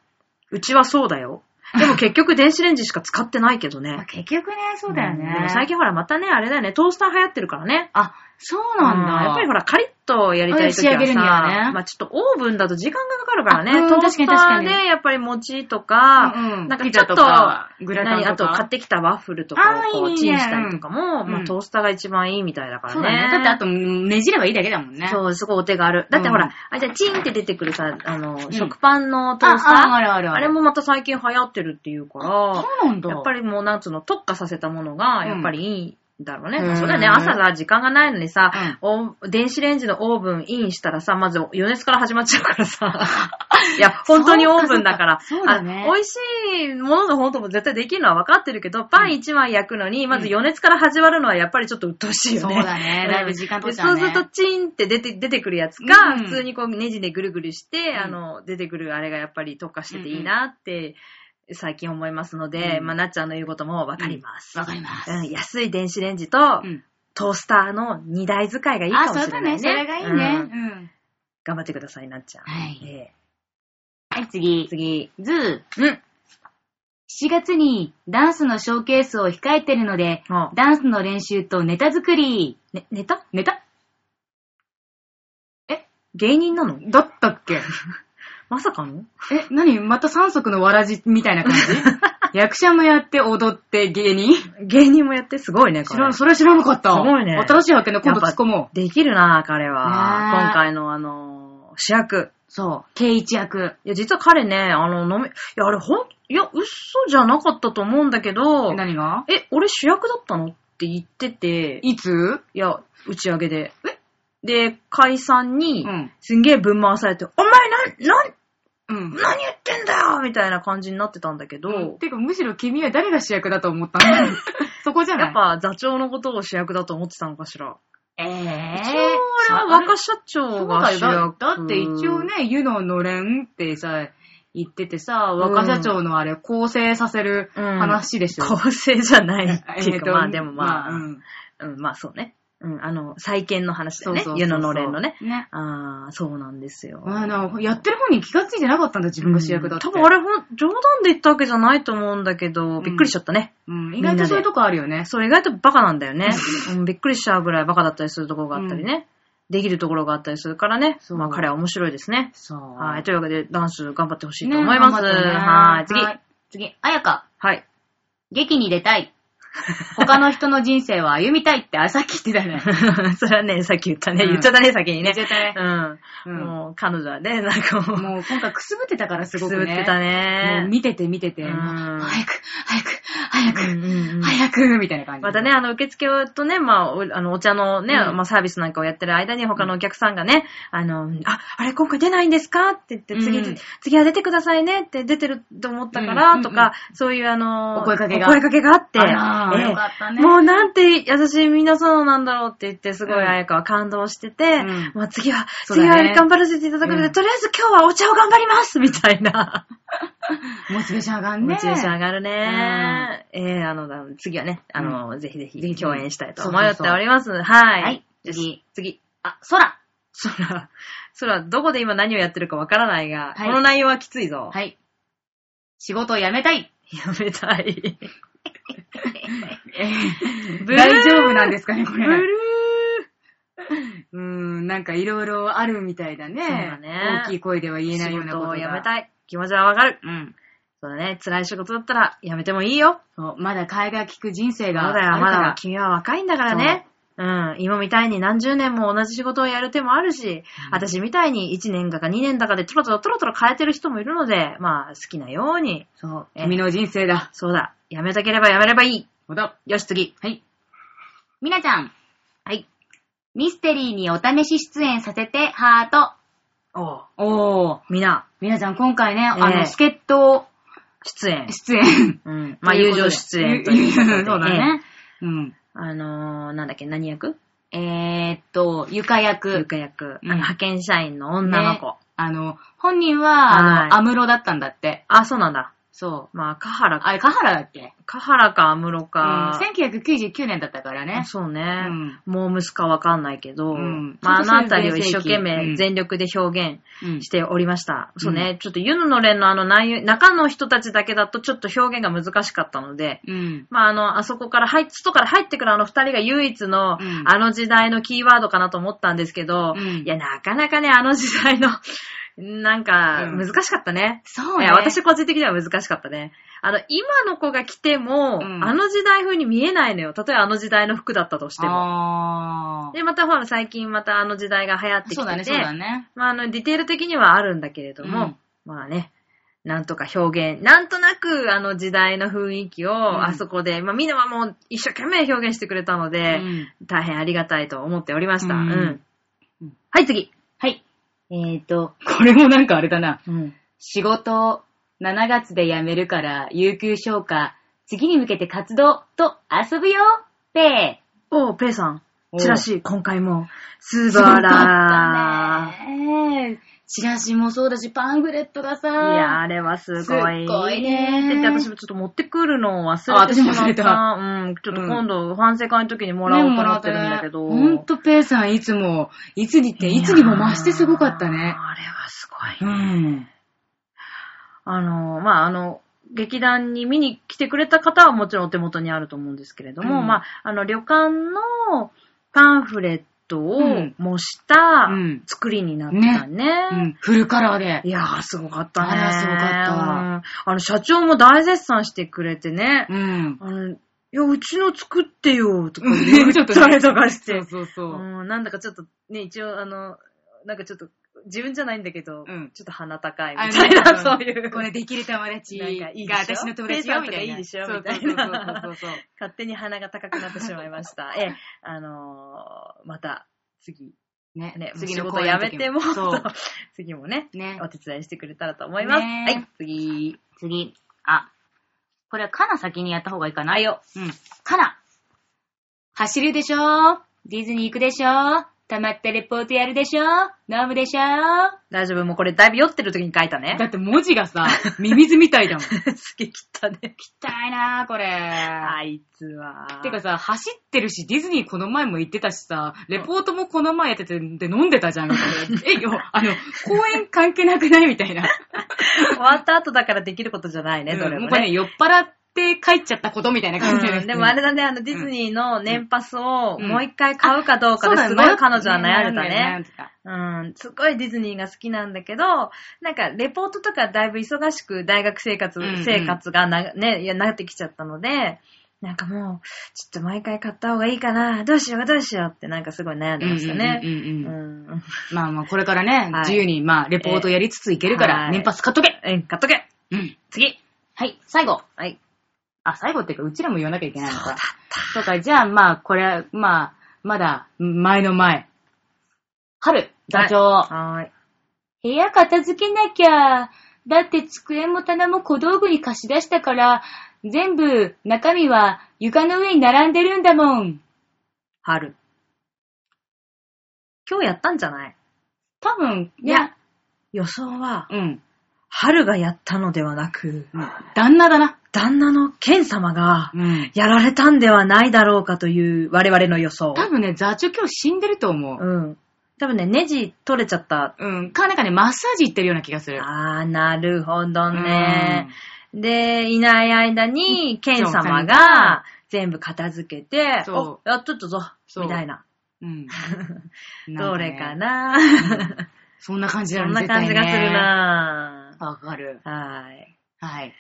Speaker 2: うちはそうだよ。でも結局電子レンジしか使ってないけど
Speaker 3: まあ
Speaker 2: ね。
Speaker 3: 結局ね、そうだよね。
Speaker 2: んでも最近ほらまたね、あれだよね、トースター流行ってるからね。
Speaker 1: あ、そうなん
Speaker 2: う
Speaker 1: だ。
Speaker 2: やっぱりほら、カリッとやりたい時は
Speaker 1: うん仕上げるには
Speaker 2: さ、
Speaker 1: ね
Speaker 2: まあちょっとオーブンだと時間がかかるから
Speaker 1: あう
Speaker 2: ね、
Speaker 1: ん
Speaker 2: トース
Speaker 1: 確
Speaker 2: タ
Speaker 1: か
Speaker 2: ー
Speaker 1: に確か
Speaker 2: でやっぱり餅とか、
Speaker 1: うん
Speaker 2: なんか
Speaker 1: ピ
Speaker 2: ちょ
Speaker 1: ザ
Speaker 2: っと、
Speaker 1: とかグラタン
Speaker 2: 何
Speaker 1: とか
Speaker 2: あと買ってきたワッフルとかをこ
Speaker 1: あーいいうね
Speaker 2: チンしたりとかも、
Speaker 1: うん
Speaker 2: まあトースターが一番いいみたいだからね。
Speaker 1: そうだね。だってあと、ねじればいいだけだもんね。う。
Speaker 2: そう、すごいお手軽。だってほら、
Speaker 1: うん
Speaker 2: あ、じゃあチンって出てくるさ、あの、
Speaker 1: ん
Speaker 2: 食パンのト
Speaker 1: あ、
Speaker 2: ースター
Speaker 1: ああるあるある。
Speaker 2: あれもまた最近流行ってるっていうから、
Speaker 1: そうなんだ。
Speaker 2: やっぱりもうなんつうの、特化させたものが、
Speaker 1: うん
Speaker 2: やっぱりいいんだろうね。
Speaker 1: うん
Speaker 2: まあそうだよね、朝さ、時間がないのにさ、お電子レンジのオーブンインしたらさ、まず余熱から始まっちゃうからさ。 いや、本当にオーブンだから。
Speaker 1: そうかそうかそうだね
Speaker 2: あ美味しいものの方とも絶対できるのは分かってるけど、パン1枚焼くのに、まず余熱から始まるのはやっぱりちょっと鬱陶しいよね。
Speaker 1: そうだね
Speaker 2: ん
Speaker 1: だいぶ時間取っちゃうね
Speaker 2: でそうするとチンって出て、出てくるやつか、
Speaker 1: うん
Speaker 2: 普通にこうネジでぐるぐるして、
Speaker 1: ん
Speaker 2: あの、出てくるあれがやっぱり特化してていいなって、最近思いますので、
Speaker 1: うん
Speaker 2: まあ、なっちゃんの言うことも分かります。
Speaker 1: わかります。
Speaker 2: うん、安い電子レンジと、
Speaker 1: うん。
Speaker 2: トースターの2台使いがいいか
Speaker 1: あ、
Speaker 2: もし
Speaker 1: そう
Speaker 2: れな
Speaker 1: だ
Speaker 2: いね。
Speaker 1: ね。それがいいね。
Speaker 2: う
Speaker 1: うんん。
Speaker 2: 頑張ってください、なっちゃん。
Speaker 3: はい。
Speaker 2: え
Speaker 3: はい、次
Speaker 2: え。次。
Speaker 3: ズー。
Speaker 2: うん。
Speaker 3: 7月にダンスのショーケースを控えてるので、
Speaker 2: あ
Speaker 3: ダンスの練習とネタ作り。
Speaker 2: ね、ネタ
Speaker 1: ネタ
Speaker 2: 芸人なの
Speaker 1: だったっけ
Speaker 2: まさかの
Speaker 1: え、何また三足のわらじみたいな 感じ役者もやって踊って芸人
Speaker 2: 芸人もやってすごいね、
Speaker 1: 知
Speaker 2: こ
Speaker 1: ら
Speaker 2: れ
Speaker 1: ん、。それ知らなかった。
Speaker 2: すごいね
Speaker 1: 新しい発見だ、今度突っ込もう。
Speaker 2: できるな、彼は。
Speaker 1: ねえ
Speaker 2: 今回のあの、主役。
Speaker 1: そう。圭一役。
Speaker 2: いや、実は彼ね、あの、飲み、いや、あれほん、いや、嘘じゃなかったと思うんだけど、
Speaker 1: 何が
Speaker 2: え、俺主役だったのって言ってて、い
Speaker 1: いつ
Speaker 2: や、打ち上げで。えで、解散に、
Speaker 1: うん
Speaker 2: すんげえぶん回されて、お前なん、なん、
Speaker 1: うん。
Speaker 2: 何言ってんだよみたいな感じになってたんだけど、
Speaker 1: てか、むしろ君は誰が主役だと思ったの そこじゃない
Speaker 2: やっぱ座長のことを主役だと思ってたのかしら。
Speaker 3: えぇ
Speaker 2: 一応俺は若社長が主
Speaker 1: そうだよ
Speaker 2: 役。
Speaker 1: だだって一応。ね、湯ののれんってさ、言っててさ、若社長のあれ、構成させる
Speaker 2: うん
Speaker 1: 話でしょ。
Speaker 2: 構成じゃ ないってい
Speaker 1: えー
Speaker 2: うか、
Speaker 1: と
Speaker 2: まあでもまあ、
Speaker 1: う
Speaker 2: うん
Speaker 1: ん
Speaker 2: まあそうね。うん、あの、再建の話だ
Speaker 1: そ
Speaker 2: よ
Speaker 1: う
Speaker 2: ね
Speaker 1: そうそう。そう
Speaker 2: 湯ののれんのね。
Speaker 1: ね。
Speaker 2: ああ、そうなんですよ。
Speaker 1: あの、やってる方に気がついてなかったんだ、自分が主役だって。
Speaker 2: うん多分あれほん、冗談で言ったわけじゃないと思うんだけど、
Speaker 1: ん
Speaker 2: びっくりしちゃったね。
Speaker 1: うん、
Speaker 2: み
Speaker 1: 意
Speaker 2: んな
Speaker 1: 外と
Speaker 2: で
Speaker 1: そういうとこあるよね。
Speaker 2: そう、意外とバカなんだよ ね。うん、びっくりしちゃうぐらいバカだったりするところがあったりね。できるところがあったりするからね。
Speaker 1: そう
Speaker 2: まあ彼は面白いですね。
Speaker 1: そう。
Speaker 2: はい。
Speaker 1: ね
Speaker 2: というわけで、ダンス頑張ってほしいと思います。
Speaker 1: 頑張ってね
Speaker 2: はい。次。
Speaker 1: はい
Speaker 3: 次、あやか。
Speaker 2: はい。
Speaker 3: 劇に出たい。他の人の人生を歩みたいって、あ、さっき言ってたね。
Speaker 2: それはね、さっき言ったね。
Speaker 1: うん
Speaker 2: 言っちゃったね、先にね。
Speaker 1: 言っちゃった
Speaker 2: う。
Speaker 1: うんん
Speaker 2: もう、彼女はね、なんかもう、
Speaker 1: もう今回くすぶってたからす
Speaker 2: く
Speaker 1: ご
Speaker 2: す
Speaker 1: く
Speaker 2: ぶ
Speaker 1: ね。
Speaker 2: ってた
Speaker 1: もう
Speaker 2: ね。
Speaker 1: 見てて見てて、
Speaker 2: うん
Speaker 1: もう早く、早く、早く、
Speaker 2: うんうんうん
Speaker 1: 早く、みたいな感じ。
Speaker 2: またね、、あの、受付とね、まあ、おあの、お茶のね、
Speaker 1: うん
Speaker 2: まあ、サービスなんかをやってる間に、他のお客さんがね、あの、あ、あれ、今回出ないんですかって言って、次、
Speaker 1: うん
Speaker 2: 次は出てくださいねって出てると思ったから、
Speaker 1: うん
Speaker 2: とか、そういう、あの、
Speaker 1: お声かけが
Speaker 2: お声かけがあって、
Speaker 1: あら
Speaker 2: ええ
Speaker 1: よ
Speaker 3: かったね
Speaker 2: もうなんて優しいみんなそうなんだろうって言って、すごい
Speaker 1: うん
Speaker 2: 彩香は感動してて、
Speaker 1: ん
Speaker 2: まあ次は、
Speaker 1: そうだ
Speaker 2: 次
Speaker 1: ね
Speaker 2: は頑張らせていただくので、
Speaker 1: うん
Speaker 2: とりあえず今日はお茶を頑張りますみたいな。
Speaker 1: モチベーション上がんね。
Speaker 2: モチベーション上がるね。ええあの、だ次はね、あの、ぜひぜ
Speaker 1: ぜ
Speaker 2: ひ
Speaker 1: ひ
Speaker 2: 共演したいと
Speaker 1: そう
Speaker 2: 思
Speaker 1: そう
Speaker 2: って
Speaker 1: そう
Speaker 2: おります。はい。
Speaker 3: はい、次。
Speaker 2: 次。
Speaker 3: あ、空。
Speaker 2: 空、空、どこで今何をやってるかわからないが、
Speaker 3: はい
Speaker 2: この内容はきついぞ。
Speaker 3: はい。仕事を辞めたい。
Speaker 2: やめた い。 ブルー
Speaker 1: 大丈夫なんですかね、こ
Speaker 2: ブ
Speaker 1: れ。
Speaker 2: ルー。
Speaker 1: うーん、なんかいろいろあるみたいだね。
Speaker 2: そうだね
Speaker 1: 大きい声では言えないような
Speaker 2: 仕
Speaker 1: こと
Speaker 2: 事を
Speaker 1: が。
Speaker 2: やめたい。気持ちはわかる。
Speaker 1: うん。
Speaker 2: そうだね。辛い仕事だったらやめてもいいよ。
Speaker 1: そう、まだ替えが利く人生が
Speaker 2: ま
Speaker 1: ある
Speaker 2: だよ、
Speaker 1: か
Speaker 2: まだ
Speaker 1: ら。
Speaker 2: 君は若いんだからね。うん。今みたいに何十年も同じ仕事をやる手もあるし、私みたいに1年だか2年だかでトロトロトロトロ変えてる人もいるので、まあ好きなように、
Speaker 1: そう、
Speaker 2: え
Speaker 1: 君の人生だ。
Speaker 2: そうだ、やめたければやめればいい。
Speaker 1: ほだ。
Speaker 2: よし、次。
Speaker 1: はい。
Speaker 3: みなちゃん。
Speaker 2: はい。
Speaker 3: ミステリーにお試し出演させて、ハート。
Speaker 2: おう
Speaker 1: おー。
Speaker 2: みんな、
Speaker 1: みなちゃん、今回ね、
Speaker 2: ええ
Speaker 1: あの、助っ人
Speaker 2: 出演。
Speaker 1: 出 演。
Speaker 2: うん。まあ、友情出演という こと で。
Speaker 1: そうだ
Speaker 2: ええ。
Speaker 1: ね。うん。
Speaker 2: あのー、なんだっけ、何役
Speaker 1: えーっと、ゆか
Speaker 2: ゆ
Speaker 1: 役。
Speaker 2: か役。あ
Speaker 1: うん
Speaker 2: の、派遣社員の女の子。
Speaker 1: あの、本人は、
Speaker 2: はい
Speaker 1: あの、安室だったんだって。
Speaker 2: あ、そうなんだ。
Speaker 1: そ
Speaker 2: まあ、か
Speaker 1: う。
Speaker 2: 原か。
Speaker 1: あれ、カハラだっけ
Speaker 2: か原か安室
Speaker 1: うん。
Speaker 2: か。
Speaker 1: 1999年だったからね。
Speaker 2: そうね。
Speaker 1: ん
Speaker 2: モームスかわかんないけど、
Speaker 1: うん
Speaker 2: まあ、
Speaker 1: ちょ
Speaker 2: あ
Speaker 1: っと
Speaker 2: のあたりを一生懸
Speaker 1: そういう全盛期
Speaker 2: 命全力で表現
Speaker 1: うん
Speaker 2: しておりました。そうね、ちょっとユヌの連のあの内容、中の人たちだけだとちょっと表現が難しかったので、
Speaker 1: うん。
Speaker 2: まあ、あの、あそこから入っ、外から入ってくるあの二人が唯一の、
Speaker 1: うん
Speaker 2: あの時代のキーワードかなと思ったんですけど、
Speaker 1: うん
Speaker 2: いや、なかなかね、あの時代の、なんか、
Speaker 1: うん
Speaker 2: 難しかったね。
Speaker 1: そう
Speaker 2: い
Speaker 1: ね。
Speaker 2: や私個人的には難しかったね。あの、今の子が来ても、
Speaker 1: うん
Speaker 2: あの時代風に見えないのよ。例えばあの時代の服だったとしても。
Speaker 1: あー
Speaker 2: で、またほら、最近またあの時代が流行ってきてて、
Speaker 1: そうだね、そうだね。
Speaker 2: まあ、あの、ディテール的にはあるんだけれども、まあね、なんとか表現、なんとなくあの時代の雰囲気を、
Speaker 1: ん
Speaker 2: あそこで、まあみんなはもう一生懸命表現してくれたので、
Speaker 1: うん
Speaker 2: 大変ありがたいと思っておりました。う。
Speaker 1: うんんうん
Speaker 2: はい、次。
Speaker 1: はい。
Speaker 2: えっ、と、
Speaker 1: これもなんかあれだな。
Speaker 2: うん。
Speaker 3: 仕事を7月で辞めるから有給消化、次に向けて活動と遊ぶよ、ペ
Speaker 2: おう、ペイさん。
Speaker 1: おう
Speaker 2: チラシ、今回も、素晴らしい。
Speaker 3: ねえチラシもそうだし、パンフレットがさ、
Speaker 2: いや、あれはすごい。
Speaker 3: すっごいね
Speaker 2: だって私もちょっと持ってくるのを忘れてしま
Speaker 1: あ
Speaker 2: った。
Speaker 1: 私も忘れた
Speaker 2: うん。ちょっと今度、反省会の時にもらおうと思ってるんだけ
Speaker 1: ね
Speaker 2: ど。
Speaker 1: もらったねほんと、ペイさんいつも、いつにって、いつにも増してすごかった
Speaker 2: いやーあれ
Speaker 1: ね。
Speaker 2: はす
Speaker 1: う
Speaker 2: ごい。
Speaker 1: ん。
Speaker 2: あのー、まあ、あの、劇団に見に来てくれた方はもちろんお手元にあると思うんですけれども、
Speaker 1: うん
Speaker 2: まあ、あの、旅館のパンフレットを
Speaker 1: うん
Speaker 2: 模した
Speaker 1: うん
Speaker 2: 作りになったね。
Speaker 1: うん。フルカラーで。
Speaker 2: いやー、すごかったね。
Speaker 1: あらすごかった
Speaker 2: うんあの、社長も大絶賛してくれてね。
Speaker 1: うん。
Speaker 2: あの、いや、うちの作ってよ、とか
Speaker 1: うん
Speaker 2: 言
Speaker 1: ちょ
Speaker 2: っ
Speaker 1: っと
Speaker 2: たりとかし
Speaker 1: そ
Speaker 2: て。
Speaker 1: うそうそう。
Speaker 2: うん、なんだかちょっとね、一応あの、なんかちょっと、自分じゃないんだけど、
Speaker 1: うん
Speaker 2: ちょっと鼻高い
Speaker 1: あ
Speaker 2: みたいな、
Speaker 1: の
Speaker 2: そういう。
Speaker 1: これできる友達
Speaker 2: なんかいいでしょ
Speaker 1: が私の友達よ、みたいな。
Speaker 2: ペイさん
Speaker 1: そ
Speaker 2: と
Speaker 1: う
Speaker 2: かいいでしょみたいな
Speaker 1: そうそうそうそう
Speaker 2: 勝手に鼻が高くなってしまい ました。ええ、あのーまた、次、
Speaker 1: そう。ね
Speaker 2: ね、
Speaker 1: 次
Speaker 2: 次
Speaker 1: の
Speaker 2: の
Speaker 1: こ
Speaker 2: ことと
Speaker 1: や
Speaker 2: や
Speaker 1: め
Speaker 2: め
Speaker 1: て
Speaker 2: て
Speaker 1: も。
Speaker 2: も、
Speaker 1: そう。
Speaker 2: 次もね、
Speaker 1: ね
Speaker 2: お手伝いしてくれたらと思います。
Speaker 1: ね
Speaker 2: はい、次。
Speaker 3: 次、あ、これはかな先にやった方がいいかな。よ。
Speaker 1: うん。
Speaker 3: かな。走るでしょディズニー行くでしょ溜まったレポートやるでしょ飲むでしょ
Speaker 2: 大丈夫もうこれだいぶ酔ってる時に書いたね
Speaker 1: だ。って文字がさ、ミミズみた いだもん。
Speaker 2: すげえ切ったね。
Speaker 1: 痛いなぁ、これ。
Speaker 2: あいつは。
Speaker 1: てかさ、走ってるし、ディズニーこの前も行ってたしさ、レポートもこの前やってて、で飲んでたじゃん、みたいな。え、よ、あの、公演関係なくないみたいな。
Speaker 2: 終わった後だからできることじゃないね、ど
Speaker 1: う
Speaker 2: れ
Speaker 1: ん
Speaker 2: も
Speaker 1: うこれ
Speaker 2: ね
Speaker 1: ね、。酔っ払って帰っちゃったことみたいな感じだよ
Speaker 2: う
Speaker 1: ね
Speaker 2: んでもあれだね、あの、ディズニーの年パスを
Speaker 1: うん
Speaker 2: もう一回買うかどうか
Speaker 1: そうだ
Speaker 2: です
Speaker 1: ね
Speaker 2: ごい彼女は悩んでた
Speaker 1: 悩ん
Speaker 2: ね。
Speaker 1: でた
Speaker 2: うん、すごいディズニーが好きなんだけど、なんか、レポートとかだいぶ忙しく大学生活、
Speaker 1: うんうん
Speaker 2: 生活がな、ね、いやなってきちゃったので、なんかもう、ちょっと毎回買った方がいいかな、どうしようどうしようってなんかすごい悩んでました
Speaker 1: うん
Speaker 2: ね。
Speaker 1: うんうん
Speaker 2: う
Speaker 1: うんうん
Speaker 2: ん。
Speaker 1: まあまあ、これからね、
Speaker 2: はい
Speaker 1: 自由に、まあ、レポートやりつついけるか
Speaker 2: え
Speaker 1: ら、
Speaker 2: え
Speaker 1: 年パス買っとけ
Speaker 2: え、買っとけ
Speaker 1: うん。
Speaker 2: 次
Speaker 3: はい、最後。
Speaker 2: はい。
Speaker 1: あ、最後っていうか、うちらも言わなきゃいけないのか。そうだった。とか、じゃあまあ、これ、まあ、まだ、前の前。春、ダチョウ。
Speaker 2: はー
Speaker 3: 部
Speaker 2: い。
Speaker 3: 屋片付けなきゃ。だって机も棚も小道具に貸し出したから、全部中身は床の上に並んでるんだもん。
Speaker 2: 春。今日やったんじゃない
Speaker 1: 多分、
Speaker 2: いや、予想は、
Speaker 1: うん。
Speaker 2: 春がやったのではなく、
Speaker 1: 旦那だな。
Speaker 2: 旦那のケン様が、
Speaker 1: うん。
Speaker 2: やられたんではないだろうかという我々の予想。
Speaker 1: 多分ね、座長今日死んでると思う。
Speaker 2: うん。多分ね、ネジ取れちゃった。
Speaker 1: うん。か、なんかね、マッサージ行ってるような気がする。
Speaker 2: あー、なるほどね。で、いない間に、ケン様が、全部片付けて、
Speaker 1: そ
Speaker 2: お、やっとったぞ、
Speaker 1: そう
Speaker 2: みたいな。
Speaker 1: うん。うん。
Speaker 2: どれか
Speaker 1: んね。
Speaker 2: な
Speaker 1: そんな感じだ
Speaker 2: そ
Speaker 1: よ
Speaker 2: ん
Speaker 1: ね
Speaker 2: な感じがする。な
Speaker 1: 絶対ねわかる。
Speaker 2: はい。
Speaker 1: はい。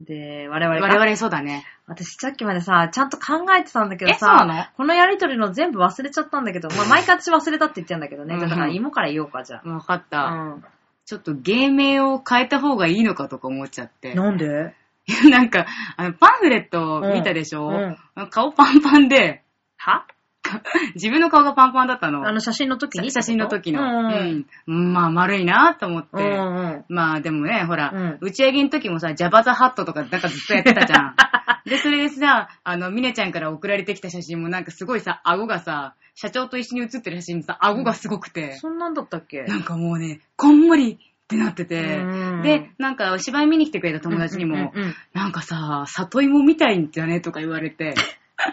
Speaker 2: で、我々
Speaker 1: 我
Speaker 2: が
Speaker 1: 々そうだね。
Speaker 2: 私さっきまでさ、ちゃんと考えてたんだけど
Speaker 1: えそうなの
Speaker 2: さ、このやりとりの全部忘れちゃったんだけど、まあ、毎回私忘れたって言ってんだけどね。
Speaker 1: うんう
Speaker 2: だ
Speaker 1: ん
Speaker 2: から芋から言おうか、じゃ
Speaker 1: わかった。
Speaker 2: あ。
Speaker 1: ちょっと芸名を変えた方がいいのかとか思っちゃって。
Speaker 2: なんで
Speaker 1: なんか、あの、パンフレット見たでしょ、
Speaker 2: うん
Speaker 1: 顔パンパンで、
Speaker 2: は
Speaker 1: か、自分の顔がパンパンだったの。
Speaker 2: あの写真の時に
Speaker 1: 写真の時の。
Speaker 2: うんうん。
Speaker 1: うんまあ、丸いなと思っ
Speaker 2: うん
Speaker 1: て。
Speaker 2: うん
Speaker 1: まあでもね、ほら、
Speaker 2: うん
Speaker 1: 打ち上げの時もさ、ジャバザハットとかなんかずっとやってたじゃ ん。で、それでさ、あの、ミネちゃんから送られてきた写真もなんかすごいさ、顎がさ、社長と一緒に写ってる写真さ、顎がすごくて、
Speaker 2: そんなんだったっけ
Speaker 1: なんかもうね、こんもりってなってて、
Speaker 2: うん
Speaker 1: で、なんかお芝居見に来てくれた友達にも、
Speaker 2: うんうんうん
Speaker 1: なんかさ、里芋みたいんだねとか言われて、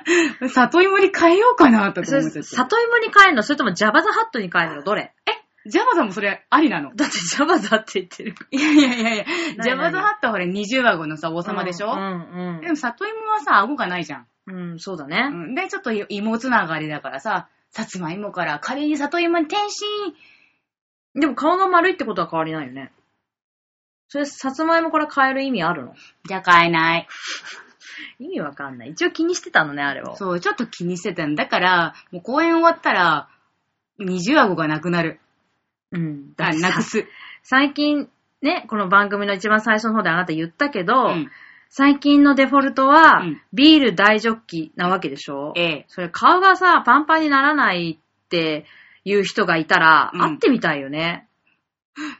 Speaker 1: 里芋に変えようかなとか
Speaker 2: それ
Speaker 1: 思っちゃって。
Speaker 2: 里芋に変えるのそれともジャバザハットに変えるのどれ
Speaker 1: ジャバザもそれありなの。
Speaker 2: だってジャバザって言ってるか
Speaker 1: いやいやいやいや、
Speaker 2: 何
Speaker 1: ジャバザハットはほれ二重顎のさ、王
Speaker 2: ら。
Speaker 1: 様でしょ、
Speaker 2: うん
Speaker 1: でも里芋はさ、顎がないじゃん。
Speaker 2: うん。うん、そうだね。
Speaker 1: うんで、ちょっと芋つながりだからさ、さつまいもからカレーに里芋に転身
Speaker 2: でも顔が丸いってことは変わりないよね。それ、さつまいもから変える意味あるの
Speaker 1: じゃ買えない。
Speaker 2: 意味わかんない。一応気にしてたのね、あれは。
Speaker 1: そう、ちょっと気にしてたんだから、もう公演終わったら、二重顎がなくなる。
Speaker 2: うん。だっ
Speaker 1: あ、
Speaker 2: て
Speaker 1: な
Speaker 2: さ
Speaker 1: くす。
Speaker 2: 最近、ね、この番組の一番最初の方であなた言ったけど、
Speaker 1: うん
Speaker 2: 最近のデフォルトは、
Speaker 1: うん
Speaker 2: ビール大ジョッキなわけでしょ
Speaker 1: ええ。
Speaker 2: それ顔がさ、パンパンにならないっていう人がいたら、
Speaker 1: うん
Speaker 2: 会ってみたいよね。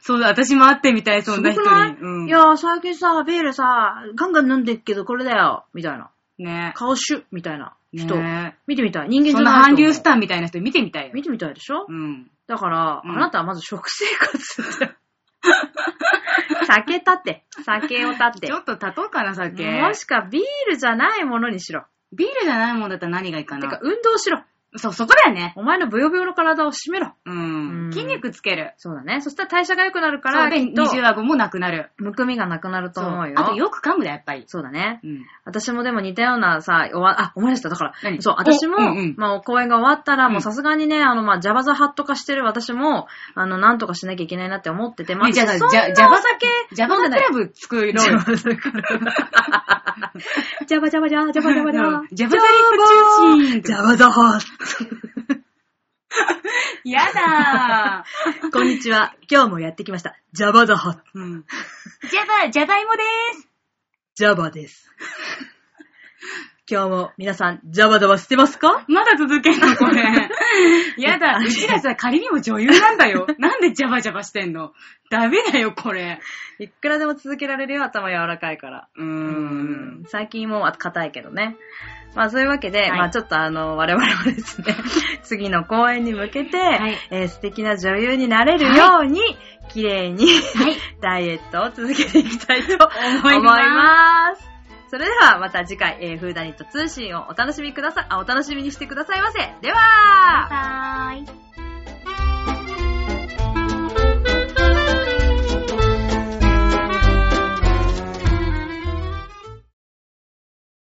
Speaker 1: そうだ、私も会ってみたい、そんな人
Speaker 2: すごくない
Speaker 1: に。うん。
Speaker 2: いやー、最近さ、ビールさ、ガンガン飲んでるけど、これだよ、みたいな。
Speaker 1: ね
Speaker 2: 顔シュッみたいな人。
Speaker 1: ね
Speaker 2: 見てみたい。人間じ
Speaker 1: そ
Speaker 2: ゃ
Speaker 1: んな
Speaker 2: ないと思う
Speaker 1: 韓流スターみたいな人見てみたいよ。
Speaker 2: 見てみたいでしょ
Speaker 1: うん。
Speaker 2: だから、
Speaker 1: うん
Speaker 2: あなたはまず食生 活って。酒立て。酒を立て
Speaker 1: ちょ。っと立とうかな、酒。
Speaker 2: もしかビールじゃないものにしろ。
Speaker 1: ビールじゃないもんだったら何がいいか
Speaker 2: てか
Speaker 1: な。
Speaker 2: 運動しろ。
Speaker 1: そう、そこだよね。
Speaker 2: お前のブヨブヨの体を締めろ。
Speaker 1: う。
Speaker 2: うんん
Speaker 1: 筋肉つける。
Speaker 2: そうだね。そしたら代謝が良くなるか
Speaker 1: から
Speaker 2: ら、
Speaker 1: で、
Speaker 2: きっと
Speaker 1: 二、重顎もなくなる。
Speaker 2: むくみがなくなると思うよ。
Speaker 1: あとよく噛むだ、やっぱり。
Speaker 2: そうだね。
Speaker 1: うん。
Speaker 2: 私もでも似たようなさ、おわあ、思い出した。だから、
Speaker 1: 何
Speaker 2: そう、私も、
Speaker 1: おうんうん
Speaker 2: まあ、公演が終わったら、もううんさすがにね、あの、まあ、ジャバザハット化してる私も、あの、なんとかしなきゃいけないなって思ってて、ま
Speaker 1: ねじゃあ、じ
Speaker 2: そんな
Speaker 1: ゃ、ジャバザ
Speaker 2: 酒
Speaker 1: ジャバ
Speaker 2: 飲ん
Speaker 1: ザ
Speaker 2: でない
Speaker 1: クラブ作ろうよ。
Speaker 2: ジャバザクラブジャバジャバジャ、ジャバジャバジャ。
Speaker 1: うんジャバザリップ中心
Speaker 2: ジャバザハ
Speaker 1: やだー。
Speaker 2: ット。 こんにちは。今日もやってきました。ジャバザハット。
Speaker 1: うんジャバ、ジャバイモでーす。
Speaker 2: ジャバ です。今日も皆さん、ジャバジャバしてますか
Speaker 1: まだ続けんの、これ。やだ。うちらさ、仮にも女優なんだよ。なんでジャバジャバしてんのダメだよ、これ。
Speaker 2: いくらでも続けられるよ、頭柔らかいから。
Speaker 1: うー
Speaker 2: うん
Speaker 1: ん。
Speaker 2: 最近もう硬いけどね。まあそういうわけで、
Speaker 1: い
Speaker 2: まあちょっとあの、我々はです ね、次の公演に向けて、
Speaker 1: はい
Speaker 2: えー素敵な女優になれるように、綺麗に、 ダイエットを続けていきたいと思
Speaker 1: 思
Speaker 2: い
Speaker 1: い
Speaker 2: ます。それではまた次回、えーフーダニット通信をお楽しみください、あ、お楽しみにしてくださいませ。では
Speaker 3: バイバイ。